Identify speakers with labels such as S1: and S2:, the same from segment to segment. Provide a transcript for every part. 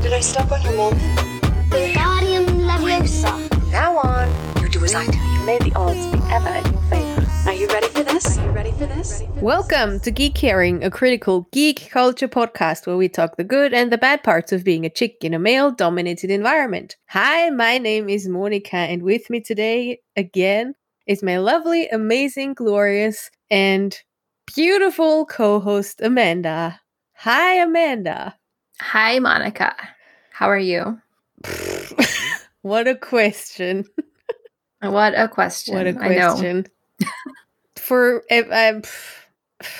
S1: Did I step on your mom?
S2: Wingardium Leviosa.
S1: From now on, you do as I do.
S3: You may the odds be ever in your favor. Are you ready for this? Are you ready for this?
S4: Welcome to Geek Hearing, a critical geek culture podcast where we talk the good and the bad parts of being a chick in a male dominated environment. Hi, my name is Monica, and with me today again is my lovely, amazing, glorious, and beautiful co host, Amanda. Hi, Amanda.
S5: Hi, Monica. How are you?
S4: What a question.
S5: What a question.
S4: What a
S5: I know.
S4: question. For if I'm,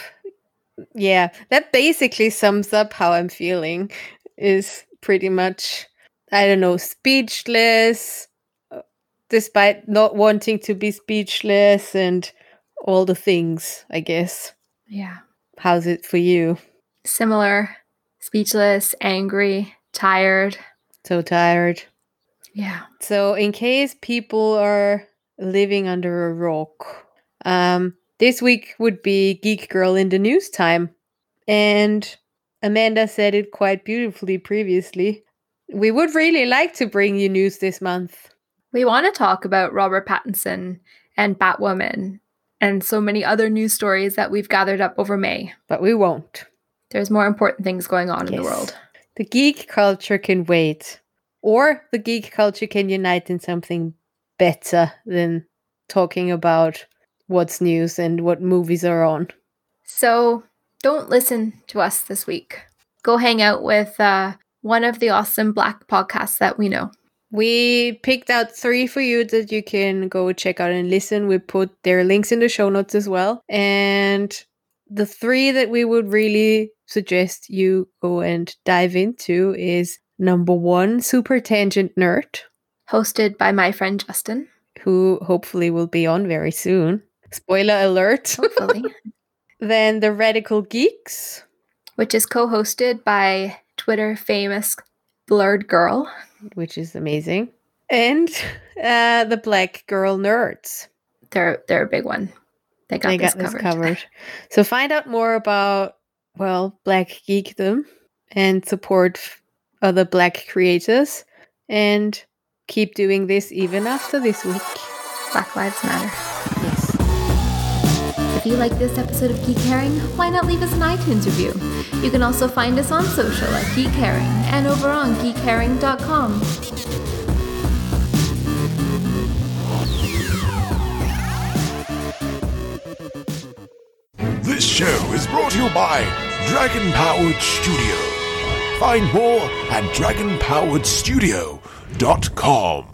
S4: yeah, that basically sums up how I'm feeling. Is pretty much, I don't know, speechless, uh, despite not wanting to be speechless and all the things. I guess.
S5: Yeah.
S4: How's it for you?
S5: Similar, speechless, angry, tired.
S4: So tired.
S5: Yeah.
S4: So, in case people are living under a rock, um, this week would be Geek Girl in the News time. And Amanda said it quite beautifully previously. We would really like to bring you news this month.
S5: We want to talk about Robert Pattinson and Batwoman and so many other news stories that we've gathered up over May.
S4: But we won't.
S5: There's more important things going on in the
S4: Yes.
S5: world.
S4: The geek culture can wait, or the geek culture can unite in something better than talking about what's news and what movies are on.
S5: So don't listen to us this week. Go hang out with uh, one of the awesome black podcasts that we know.
S4: We picked out three for you that you can go check out and listen. We put their links in the show notes as well. And the three that we would really suggest you go and dive into is number one, Super Tangent Nerd,
S5: hosted by my friend Justin,
S4: who hopefully will be on very soon. Spoiler alert.
S5: hopefully,
S4: then the Radical Geeks,
S5: which is co hosted by Twitter famous Blurred Girl.
S4: which is amazing. And uh, the Black Girl Nerds.
S5: They're, they're a big one. They got,
S4: they
S5: this,
S4: got this
S5: covered.
S4: covered. So find out more about well Black geekdom and support f- other Black creators, and keep doing this even after this week.
S5: Black Lives Matter.
S4: Yes.
S5: If you like this episode of Geek Herring, why not leave us an iTunes review? You can also find us on social at Geek Herring and over on geekherring.com.
S6: This show is brought to you by Dragon Powered Studio. Find more at dragonpoweredstudio.com.